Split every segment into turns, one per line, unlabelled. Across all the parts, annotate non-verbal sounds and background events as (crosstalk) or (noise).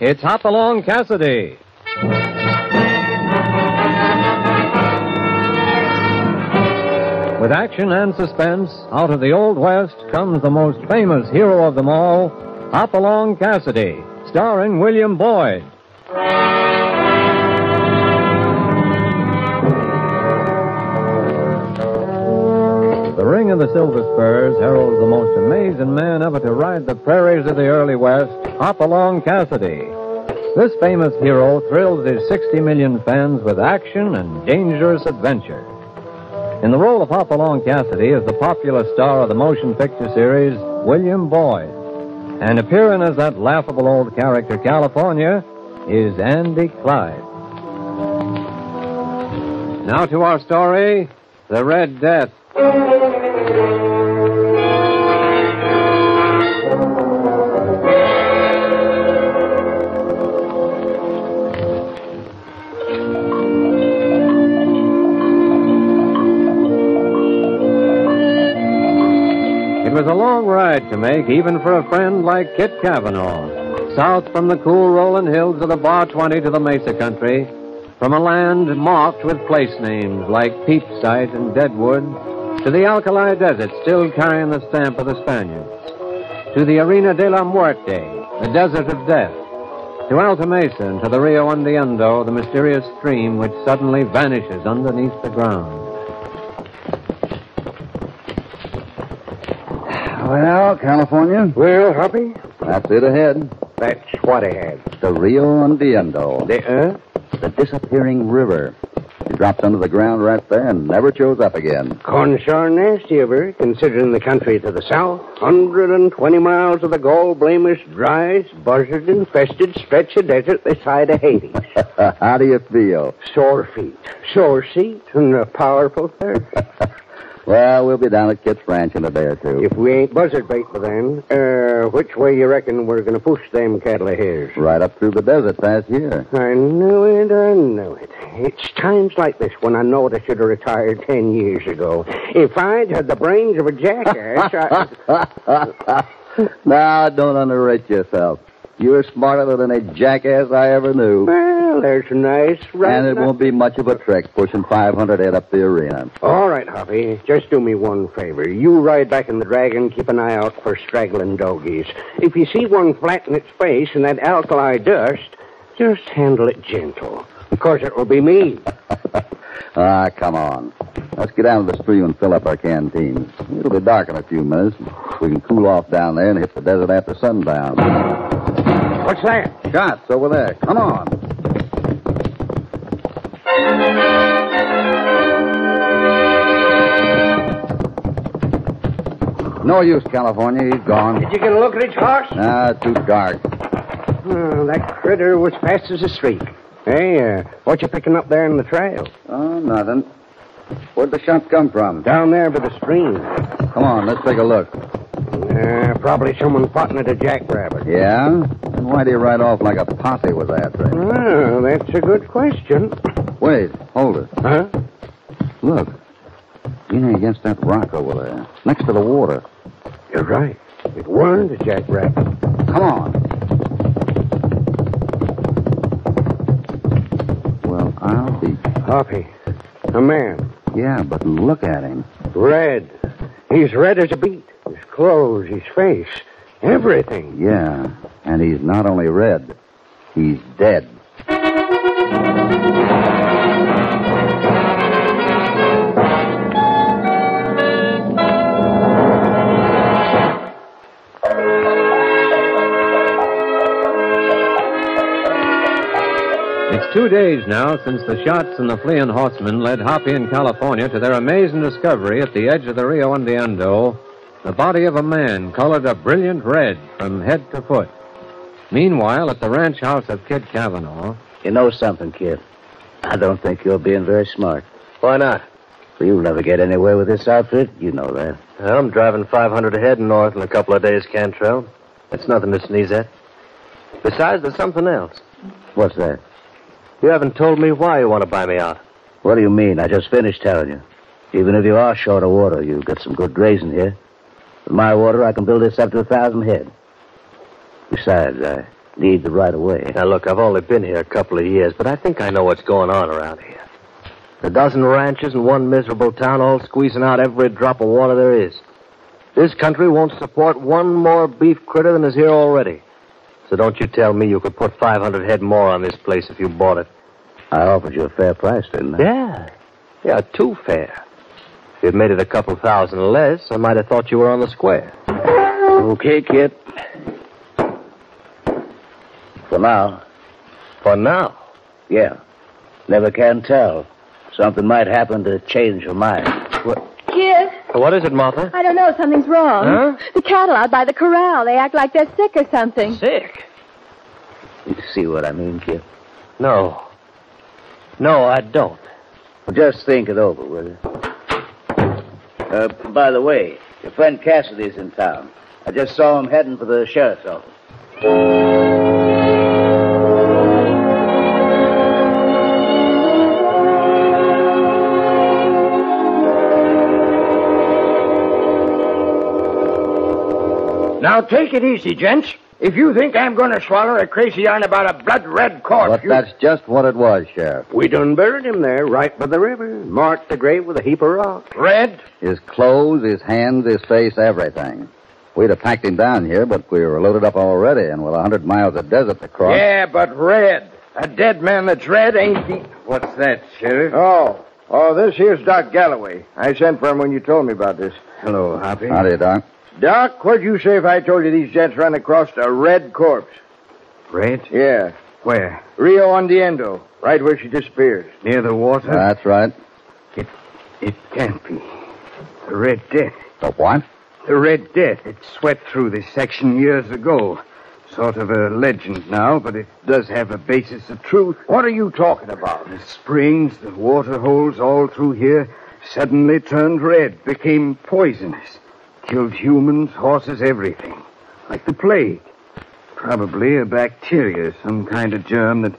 It's Hopalong Cassidy. With action and suspense, out of the Old West comes the most famous hero of them all, Hopalong Cassidy, starring William Boyd. The ring of the silver spurs heralds the most amazing man ever to ride the prairies of the early West, Hopalong Cassidy. This famous hero thrills his 60 million fans with action and dangerous adventure. In the role of Hopalong Cassidy is the popular star of the motion picture series, William Boyd. And appearing as that laughable old character, California, is Andy Clyde. Now to our story The Red Death. It was a long ride to make, even for a friend like Kit Cavanaugh. South from the cool rolling hills of the Bar 20 to the Mesa country, from a land marked with place names like Peepsite and Deadwood, to the alkali desert still carrying the stamp of the Spaniards, to the Arena de la Muerte, the desert of death, to Alta Mesa and to the Rio Andando, the mysterious stream which suddenly vanishes underneath the ground.
Well, California,
Well, Hoppy,
that's it ahead.
that's what I had.
The Rio Andando,
The earth?
the disappearing river. It drops under the ground right there and never shows up again. (laughs)
Consarn nasty of her, considering the country to the south. 120 miles of the gall blamest, driest, buzzard infested stretch of desert this side of Haiti.
How do you feel? (laughs)
Sore feet, sore seat, and a powerful thirst.
Well, we'll be down at Kit's Ranch in a day or two.
If we ain't buzzard bait by then, uh, which way you reckon we're going to push them cattle of his?
Right up through the desert past here. (laughs)
I knew it, I knew it. It's times like this when I know I should have retired ten years ago. If I'd had the brains of a jackass,
(laughs)
I...
now, don't underrate yourself. You're smarter than a jackass I ever knew.
Well, there's a nice right.
And it won't be much of a trek pushing 500 head up the arena.
All right, Hoppy. Just do me one favor. You ride back in the dragon, keep an eye out for straggling dogies. If you see one flatten its face in that alkali dust, just handle it gentle. Of course, it will be me.
(laughs) ah, come on. Let's get down to the stream and fill up our canteens. It'll be dark in a few minutes. We can cool off down there and hit the desert after sundown.
What's that?
Shots over there. Come on. No use, California. He's gone.
Did you get a look at its horse?
Ah, too dark.
Oh, that critter was fast as a streak. Hey, uh, what you picking up there in the trail?
Oh, nothing. Where'd the shots come from?
Down there by the stream.
Come on, let's take a look.
Uh, probably someone potting at a jackrabbit.
Yeah? And why'd he ride off like a posse was after him?
Oh, that's a good question.
Wait, hold it.
Huh?
Look. Leaning against that rock over there, next to the water.
You're right. It weren't a jackrabbit.
Come on. Well, I'll be.
Hoppy. A man.
Yeah, but look at him.
Red. He's red as a beet. His clothes, his face, everything.
Yeah, and he's not only red, he's dead.
It's two days now since the shots and the fleeing horsemen led Hoppy and California to their amazing discovery at the edge of the Rio Andando the body of a man colored a brilliant red from head to foot. Meanwhile, at the ranch house of Kid Cavanaugh,
You know something, kid. I don't think you're being very smart.
Why not?
Well, you'll never get anywhere with this outfit. You know that.
I'm driving 500 ahead north in a couple of days, Cantrell. That's nothing to sneeze at. Besides, there's something else.
What's that?
You haven't told me why you want to buy me out.
What do you mean? I just finished telling you. Even if you are short of water, you've got some good grazing here. With my water, I can build this up to a thousand head. Besides, I, Need the right of way.
Now, look, I've only been here a couple of years, but I think I know what's going on around here. A dozen ranches and one miserable town all squeezing out every drop of water there is. This country won't support one more beef critter than is here already. So don't you tell me you could put 500 head more on this place if you bought it.
I offered you a fair price, didn't I?
Yeah. Yeah, too fair. If you'd made it a couple thousand less, I might have thought you were on the square.
Okay, kid. For now,
For now.
yeah. Never can tell. Something might happen to change your mind.
Kid,
What is it, Martha?
I don't know. Something's wrong.
Huh?
The cattle out by the corral. They act like they're sick or something.
Sick.
You see what I mean, kid?
No. No, I don't.
Well, just think it over, will you? Uh, by the way, your friend Cassidy's in town. I just saw him heading for the sheriff's office.
Now take it easy, gents. If you think I'm going to swallow a crazy yarn about a blood red corpse,
But
you-
that's just what it was, Sheriff.
we done buried him there, right by the river. Marked the grave with a heap of rock.
Red? His clothes, his hands, his face, everything. We'd have packed him down here, but we were loaded up already, and with a hundred miles of desert to cross.
Yeah, but red. A dead man that's red ain't the.
What's that, Sheriff?
Oh. Oh, this here's Doc Galloway. I sent for him when you told me about this.
Hello, Hoppy.
Howdy, Doc.
Doc, what'd you say if I told you these gents run across a red corpse?
Red?
Yeah.
Where?
Rio Andiendo, right where she disappeared. Uh.
Near the water?
That's right.
It can't be. The Red Death.
The what?
The Red Death. It swept through this section years ago. Sort of a legend now, but it does have a basis of truth.
What are you talking about?
The springs, the water holes all through here suddenly turned red, became poisonous. Killed humans, horses, everything. Like the plague. Probably a bacteria, some kind of germ that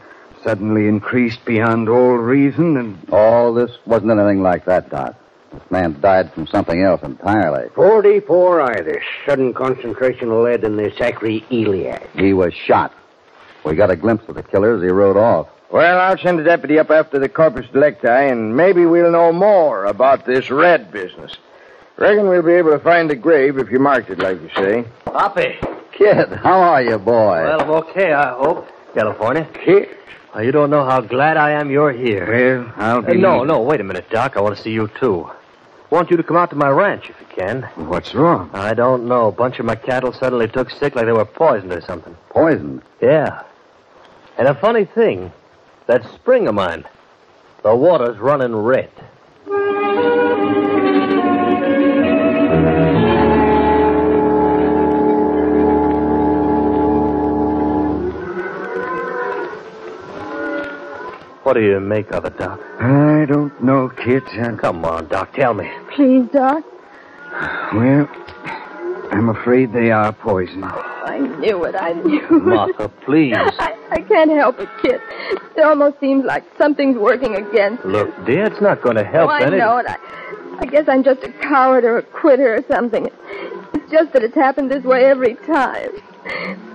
suddenly increased beyond all reason and
Oh, this wasn't anything like that, Doc. This man died from something else entirely.
44 itis. Sudden concentration of lead in the sacroiliac.
He was shot. We got a glimpse of the killer as he rode off.
Well, I'll send a deputy up after the corpus delicti, and maybe we'll know more about this red business. Reckon we'll be able to find the grave if you marked it, like you say.
Hoppy.
Kid, how are you, boy?
Well, I'm okay, I hope. California.
Kid?
Oh, you don't know how glad I am you're here.
Well, I'll
Uh,
be.
no, no, wait a minute, Doc. I want to see you, too. want you to come out to my ranch if you can.
What's wrong?
I don't know. A bunch of my cattle suddenly took sick like they were poisoned or something.
Poisoned.
Yeah. And a funny thing that spring of mine, the water's running red. What do you make of it, Doc?
I don't know, Kit. Uh,
Come on, Doc, tell me.
Please, Doc.
well, I'm afraid they are poisoned.
I knew it. I knew it.
Martha, please.
(laughs) I, I can't help it, Kid. It almost seems like something's working against me.
Look, dear, it's not going to
Oh,
help
I
any.
know it. I, I guess I'm just a coward or a quitter or something. It's just that it's happened this way every time.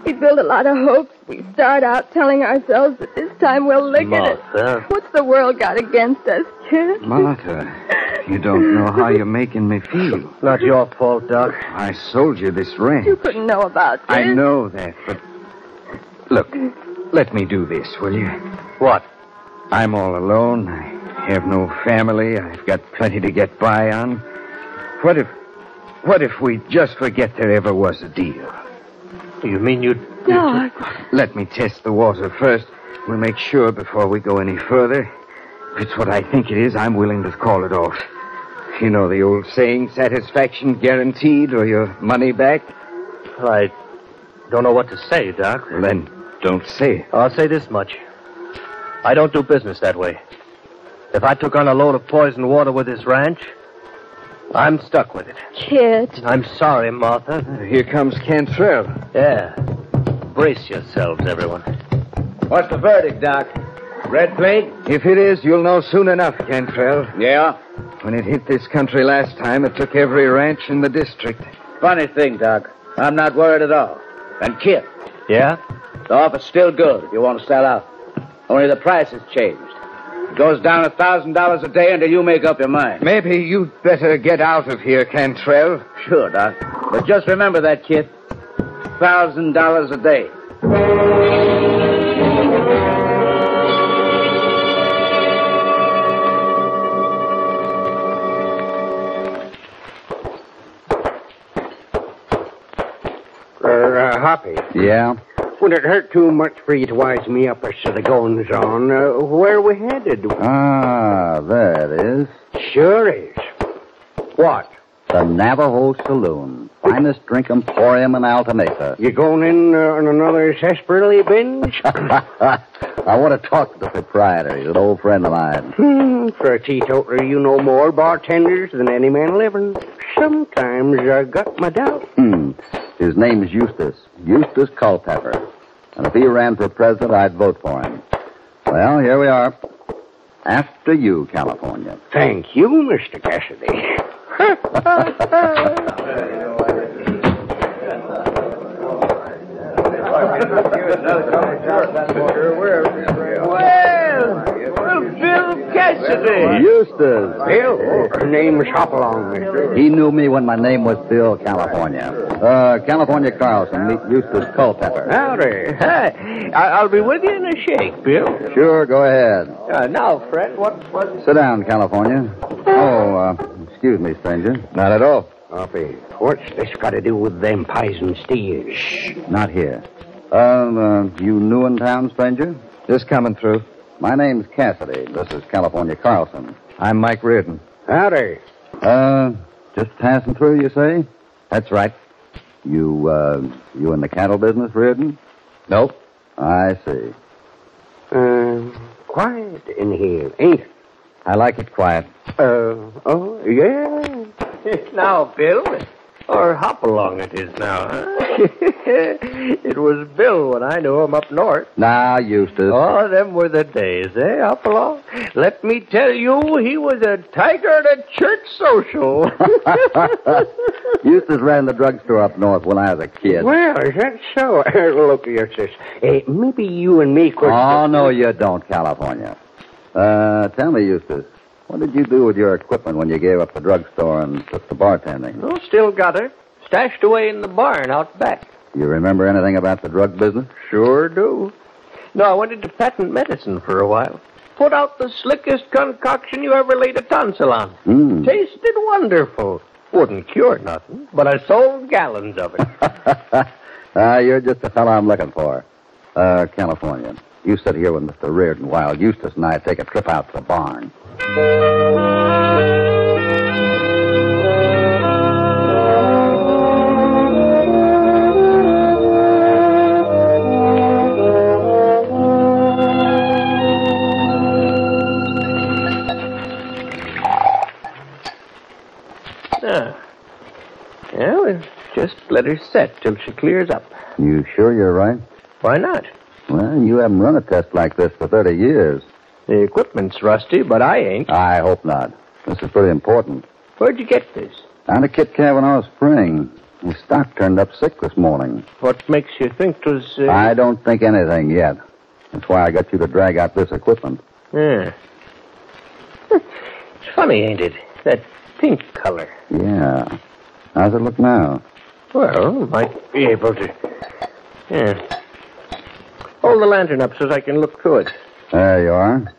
We build a lot of hopes. We start out telling ourselves that this time we'll lick
Martha.
it. What's the world got against us, Kid?
Martha, you don't know how you're making me feel.
Not your fault, Doc.
I sold you this
You
ranch.
couldn't know about this.
I know that, but. Look, let me do this, will you?
What?
I'm all alone. I have no family. I've got plenty to get by on. What if. What if we just forget there ever was a deal?
You mean you
Doc.
Let me test the water first. We'll make sure before we go any further. If it's what I think it is, I'm willing to call it off. You know the old saying, satisfaction guaranteed or your money back?
Well, I don't know what to say, Doc.
Well, then, don't say it.
I'll say this much. I don't do business that way. If I took on a load of poisoned water with this ranch, I'm stuck with it.
Kid.
I'm sorry, Martha.
Here comes Cantrell.
Yeah. Brace yourselves, everyone.
What's the verdict, Doc? Red plague? If it is, you'll know soon enough, Cantrell.
Yeah?
When it hit this country last time, it took every ranch in the district.
Funny thing, Doc. I'm not worried at all. And, kid,
Yeah?
The offer's still good if you want to sell out. Only the price has changed. It goes down a thousand dollars a day until you make up your mind.
Maybe you'd better get out of here, Cantrell.
Sure, Doc. But just remember that, kid. Thousand dollars a day.
Er, uh, Hoppy,
Yeah?
would it hurt too much for you to wise me up as to the goings on? Uh, where we headed?
Ah, there it is.
Sure is. What?
The Navajo Saloon. Finest drink emporium in Alta Mesa.
You going in uh, on another sarsaparilla binge?
(laughs) I want to talk to the proprietor. He's an old friend of mine.
Hmm, for a teetotaler, you know more bartenders than any man living. Sometimes I got my doubts.
Hmm. His name's Eustace. Eustace Culpepper. And if he ran for president, I'd vote for him. Well, here we are. After you, California.
Thank you, Mr. Cassidy.
Eustace!
Bill, name's Hopalong.
He knew me when my name was Bill California. Uh, California Carlson. Meet Eustace Culpepper.
Howdy. Hi. I'll be with you in a shake, Bill.
Sure, go ahead.
Uh, now, Fred, what, what?
Sit down, California. Oh, uh, excuse me, stranger.
Not at all.
Hoppy, what's this got to do with them pies and steers? Shh.
Not here. Um, uh, you new in town, stranger?
Just coming through.
My name's Cassidy. This is California Carlson.
I'm Mike Reardon.
Howdy.
Uh, just passing through, you say?
That's right.
You, uh, you in the cattle business, Reardon?
Nope.
I see.
Uh, quiet in here, ain't it?
I like it quiet.
Uh, oh, (laughs) yeah.
Now, Bill, or hop along it is
(laughs)
now, huh? it was Bill when I knew him up north.
Now, Eustace.
Oh, them were the days, eh, hop along? Let me tell you, he was a tiger at a church social.
(laughs)
(laughs)
Eustace ran the drugstore up north when I was a kid.
Well, is that so? Look, here, sis. Hey, maybe you and me could.
Oh, no, you don't, California. Uh, tell me, Eustace, what did you do with your equipment when you gave up the drugstore and took to bartending?
Oh, still got her. Stashed away in the barn out back.
You remember anything about the drug business?
Sure do. No, I went into patent medicine for a while. Put out the slickest concoction you ever laid a tonsil on.
(laughs) Hmm.
Tasted wonderful. Wouldn't cure nothing, but I sold gallons of it.
uh, you're just the fellow I'm looking for. Uh, California. You sit here with Mr. Reardon while Eustace and I take a trip out to the barn.
Ah. Yeah, well, just let her set till she clears up.
You sure you're right?
Why not?
Well, you haven't run a test like this for 30 years.
The equipment's rusty, but I ain't.
I hope not. This is pretty important.
Where'd you get this?
Down at Kit Cavanaugh Spring. His stock turned up sick this morning.
What makes you think 'twas? Uh...
I don't think anything yet. That's why I got you to drag out this equipment.
Yeah. It's (laughs) funny, ain't it? That pink color.
Yeah. How's it look now?
Well, might be able to. Yeah. Hold the lantern up so I can look through it.
There you are.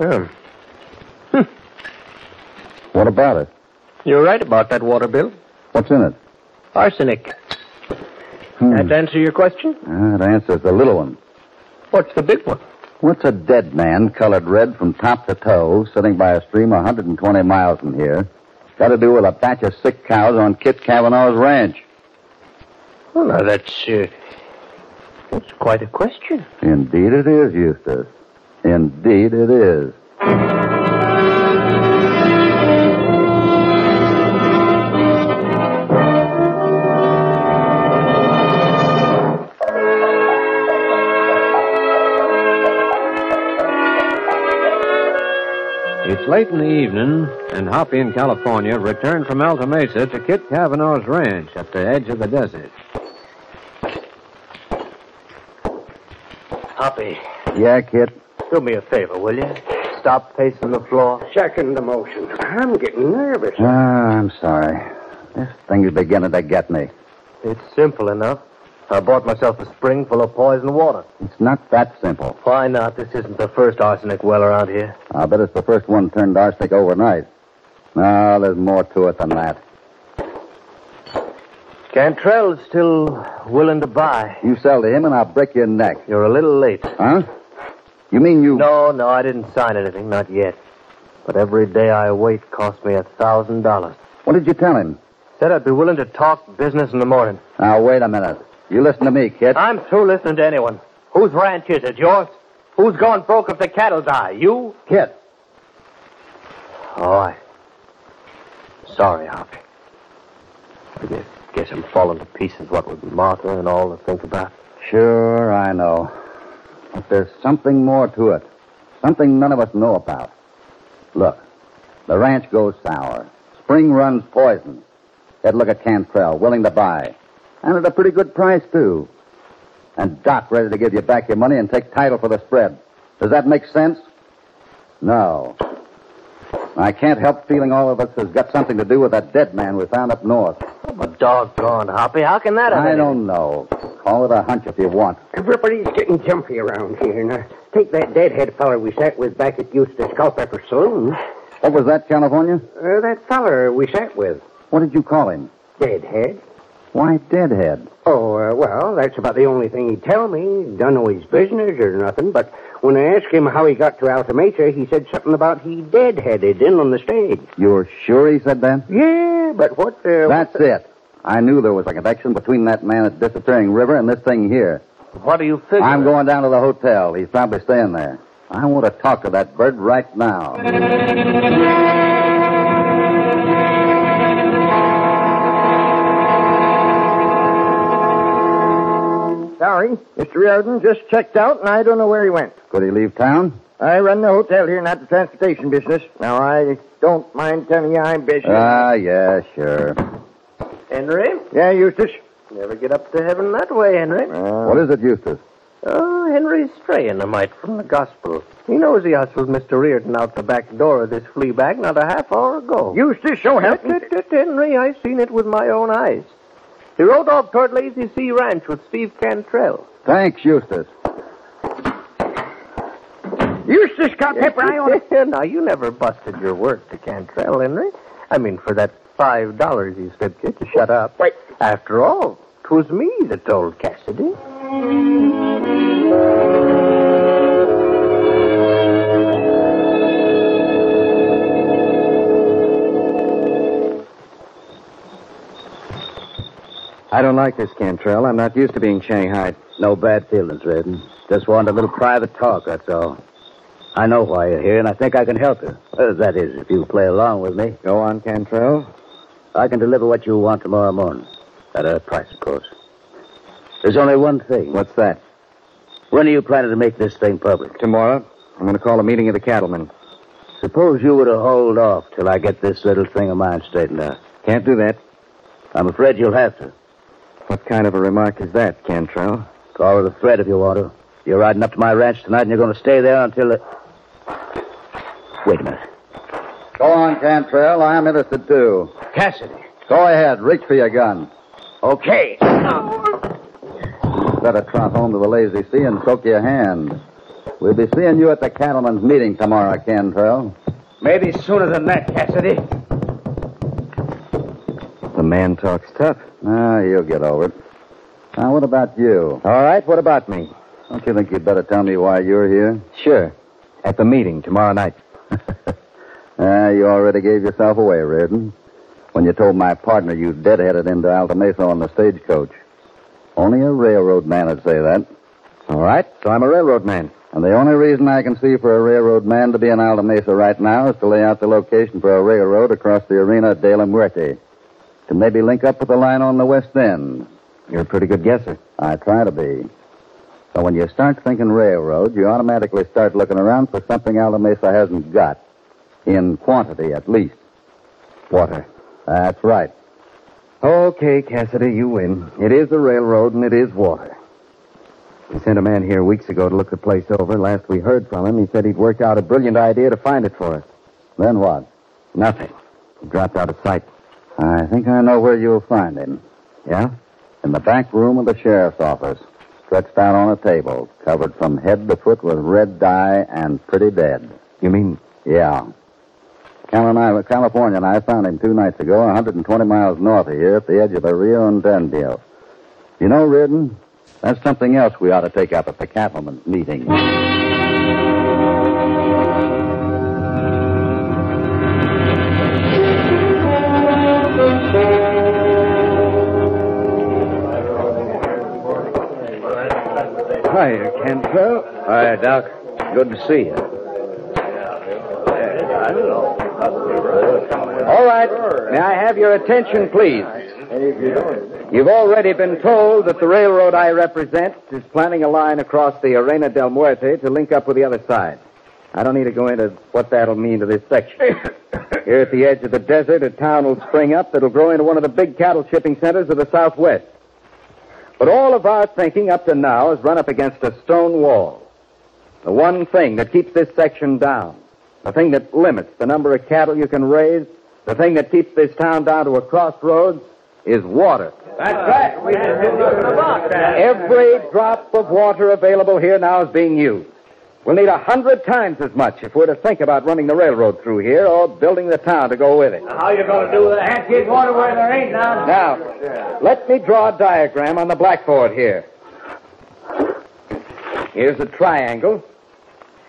Oh.
What about it?
You're right about that water, Bill.
What's in it?
Arsenic.
Hmm.
That answer your question?
That answers the little one.
What's the big one?
What's a dead man colored red from top to toe, sitting by a stream 120 miles from here, got to do with a batch of sick cows on Kit Cavanaugh's ranch?
Well, now that's uh, that's quite a question.
Indeed it is, Eustace. Indeed it is.
It's late in the evening, and Hoppy in California returned from Alta Mesa to Kit Cavanaugh's ranch at the edge of the desert.
Poppy,
Yeah, Kit?
do me a favor, will you? Stop facing the floor.
Second the motion. I'm getting nervous.
Ah, I'm sorry. This thing's beginning to get me.
It's simple enough. I bought myself a spring full of poison water.
It's not that simple.
Why not? This isn't the first arsenic well around here.
I'll bet it's the first one turned arsenic overnight. No, there's more to it than that.
Cantrell's still willing to buy.
You sell to him and I'll break your neck.
You're a little late.
Huh? You mean you...
No, no, I didn't sign anything, not yet. But every day I wait costs me a thousand dollars.
What did you tell him?
Said I'd be willing to talk business in the morning.
Now, wait a minute. You listen to me, Kit.
I'm through listening to anyone. Whose ranch is it? Yours? Who's going broke if the cattle die? You?
Kit.
All right. Sorry, Hoppy. I guess, guess I'm falling to pieces, what with Martha and all to think about.
Sure, I know. But there's something more to it. Something none of us know about. Look, the ranch goes sour. Spring runs poison. Get a look at Cantrell, willing to buy. And at a pretty good price, too. And Doc ready to give you back your money and take title for the spread. Does that make sense? No. I can't help feeling all of us has got something to do with that dead man we found up north.
But doggone, Hoppy, how can that have
I
anything-
don't know. Call it a hunch if you want.
Everybody's getting jumpy around here. Now, take that deadhead feller we sat with back at Eustace Culpepper Saloon.
What was that, California?
Uh, that feller we sat with.
What did you call him?
Deadhead?
Why, Deadhead.
Oh, uh, well, that's about the only thing he'd tell me. Don't know his business or nothing, but when I asked him how he got to Altamesa, he said something about he deadheaded in on the stage.
You're sure he said that?
Yeah, but what, uh,
That's it. I knew there was a connection between that man at Disappearing River and this thing here.
What do you figure?
I'm going down to the hotel. He's probably staying there. I want to talk to that bird right now.
Sorry, Mr. Reardon just checked out, and I don't know where he went.
Could he leave town?
I run the hotel here, not the transportation business. Now, I don't mind telling you I'm busy.
Uh,
Ah, yeah, sure.
Henry?
yeah, Eustace?
Never get up to heaven that way, Henry.
What is it, Eustace?
Oh, Henry's straying a mite from the gospel. He knows he hustled Mr. Reardon out the back door of this flea bag not a half hour ago.
Eustace, show him.
Tut, tut, tut, Henry, I seen it with my own eyes. He rode off toward Lazy Sea Ranch with Steve Cantrell.
Thanks, Eustace.
Eustace, got pepper. I want
(laughs) now, you never busted your work to Cantrell, Henry. I mean, for that five dollars you slipped you to shut up.
Wait.
After all, 'twas me that told Cassidy.
I don't like this, Cantrell. I'm not used to being Shanghai.
No bad feelings, Redden. Just wanted a little private talk, that's all. I know why you're here, and I think I can help you. Uh, that is, if you play along with me.
Go on, Cantrell.
I can deliver what you want tomorrow morning. At a price, of course. There's only one thing.
What's that?
When are you planning to make this thing public?
Tomorrow, I'm going to call a meeting of the cattlemen.
Suppose you were to hold off till I get this little thing of mine straightened out.
Can't do that.
I'm afraid you'll have to.
What kind of a remark is that, Cantrell?
Call it a threat if you want to. You're riding up to my ranch tonight, and you're going to stay there until the... Wait a minute. Go on, Cantrell. I'm interested, too.
Cassidy.
Go ahead. Reach for your gun.
Okay.
Better trot home to the Lazy Sea and soak your hand. We'll be seeing you at the cattlemen's meeting tomorrow, Cantrell.
Maybe sooner than that, Cassidy.
The man talks tough.
Ah, you'll get over it. Now, what about you?
All right, what about me?
Don't you think you'd better tell me why you're here?
Sure. At the meeting tomorrow night.
Ah, you already gave yourself away, Reardon. When you told my partner you deadheaded into Altamesa on the stagecoach. Only a railroad man would say that.
All right, so I'm a railroad man.
And the only reason I can see for a railroad man to be in Altamesa right now is to lay out the location for a railroad across the arena at De La Muerte. To maybe link up with the line on the west end.
You're a pretty good guesser.
I try to be. So when you start thinking railroad, you automatically start looking around for something Alamesa hasn't got. In quantity, at least.
Water.
That's right.
Okay, Cassidy, you win. It is the railroad and it is water.
We sent a man here weeks ago to look the place over. Last we heard from him, he said he'd worked out a brilliant idea to find it for us.
Then what?
Nothing. He dropped out of sight.
I think I know where you'll find him.
Yeah?
In the back room of the sheriff's office, stretched out on a table, covered from head to foot with red dye and pretty dead.
You mean
Yeah. Cal and I, California and I found him two nights ago, 120 miles north of here at the edge of the Rio Incendio. You know, Reardon, that's something else we ought to take up at the cattlemen's meeting.
Hiya, Cantrell.
Hi, Doc. Good to see you.
All right. May I have your attention, please? You've already been told that the railroad I represent is planning a line across the Arena del Muerte to link up with the other side. I don't need to go into what that'll mean to this section. Here at the edge of the desert, a town will spring up that'll grow into one of the big cattle shipping centers of the Southwest. But all of our thinking up to now has run up against a stone wall. The one thing that keeps this section down, the thing that limits the number of cattle you can raise, the thing that keeps this town down to a crossroads is water. Every drop of water available here now is being used. We'll need a hundred times as much if we're to think about running the railroad through here or building the town to go with it.
How you gonna do that? Can't get water where there ain't none.
Now, let me draw a diagram on the blackboard here. Here's a triangle.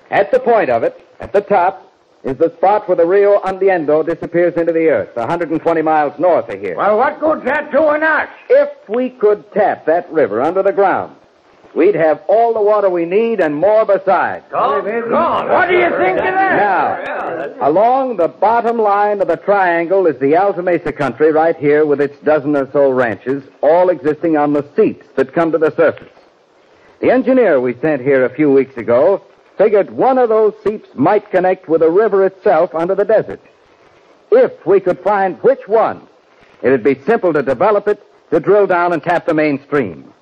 At the point of it, at the top, is the spot where the Rio Andiendo disappears into the earth, 120 miles north of here.
Well, what good's that doing us?
If we could tap that river under the ground, we'd have all the water we need and more besides.
Gone. Gone. What do you think of that?
Now, along the bottom line of the triangle is the Alta Mesa country right here with its dozen or so ranches, all existing on the seeps that come to the surface. The engineer we sent here a few weeks ago figured one of those seeps might connect with the river itself under the desert. If we could find which one, it'd be simple to develop it, to drill down and tap the main stream.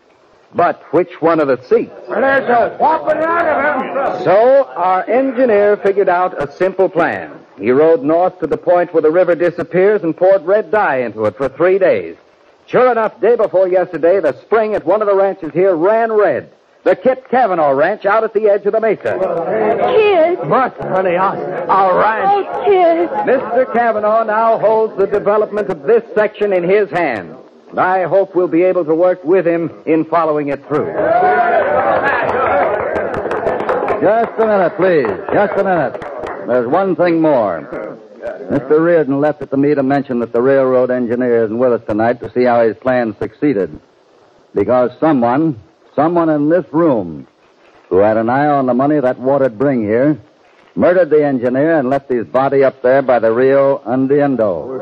But which one of the seeps?
Well, there's a whopping lot of them.
So our engineer figured out a simple plan. He rode north to the point where the river disappears and poured red dye into it for three days. Sure enough, day before yesterday, the spring at one of the ranches here ran red. The Kit Cavanaugh Ranch out at the edge of the mesa.
Kid!
But, honey, I, all right.
Oh, Kid!
Mr. Cavanaugh now holds the development of this section in his hands. And I hope we'll be able to work with him in following it through.
Just a minute, please. Just a minute. There's one thing more. Mr. Reardon left it to me to mention that the railroad engineer isn't with us tonight to see how his plan succeeded. Because someone, someone in this room, who had an eye on the money that water'd bring here, murdered the engineer and left his body up there by the Rio Undiendo.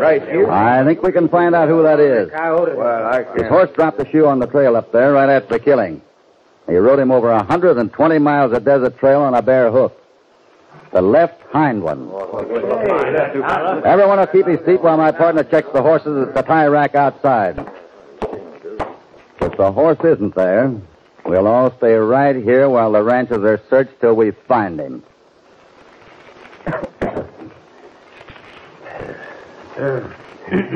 Right here.
I think we can find out who that is.
Well, I
His horse dropped a shoe on the trail up there right after the killing. He rode him over 120 miles of desert trail on a bare hoof. The left hind one. Everyone will keep his seat while my partner checks the horses at the tie rack outside. If the horse isn't there, we'll all stay right here while the ranches are searched till we find him.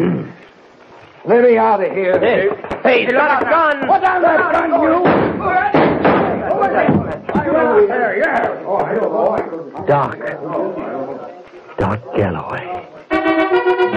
Let me out of here. Hey, hey you got a gun. What on that gun, you? There, yeah.
Doc. Doc Galloway.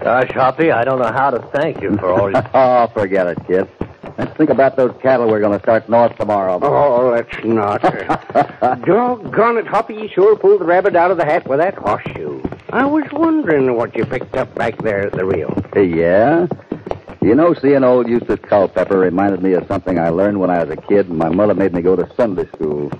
Gosh, Hoppy, Uh, I don't know how to thank you for all your...
(laughs) oh, forget it, kid. Let's think about those cattle we're going to start north tomorrow.
Oh, let's not. (laughs) Doggone it, Hoppy, you sure pulled the rabbit out of the hat with that horseshoe. I was wondering what you picked up back there at the reel.
Yeah? You know, seeing old Eustace Culpepper reminded me of something I learned when I was a kid, and my mother made me go to Sunday school.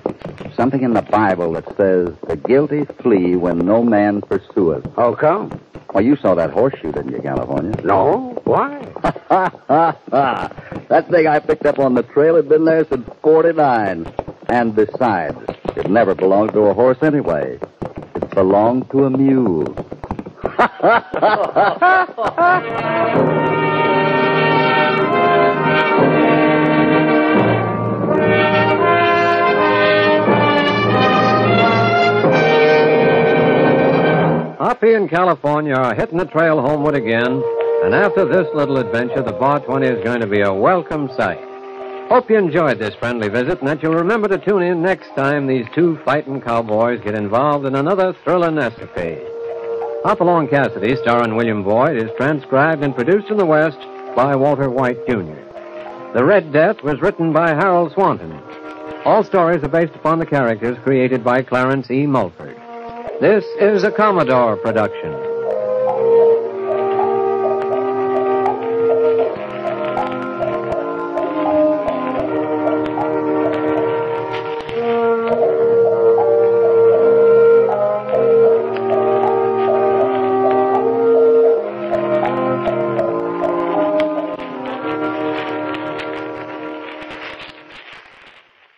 Something in the Bible that says, The guilty flee when no man pursueth.
How come?
Well, you saw that horseshoe, didn't you, California? (laughs)
No. Why?
that thing I picked up on the trail had been there since 49. And besides, it never belonged to a horse anyway.
belonged to a mule.
Up here in California are hitting the trail homeward again, and after this little adventure, the Bar 20 is going to be a welcome sight. Hope you enjoyed this friendly visit and that you'll remember to tune in next time these two fighting cowboys get involved in another thrilling escapade. Hop Along Cassidy, starring William Boyd, is transcribed and produced in the West by Walter White, Jr. The Red Death was written by Harold Swanton. All stories are based upon the characters created by Clarence E. Mulford. This is a Commodore production.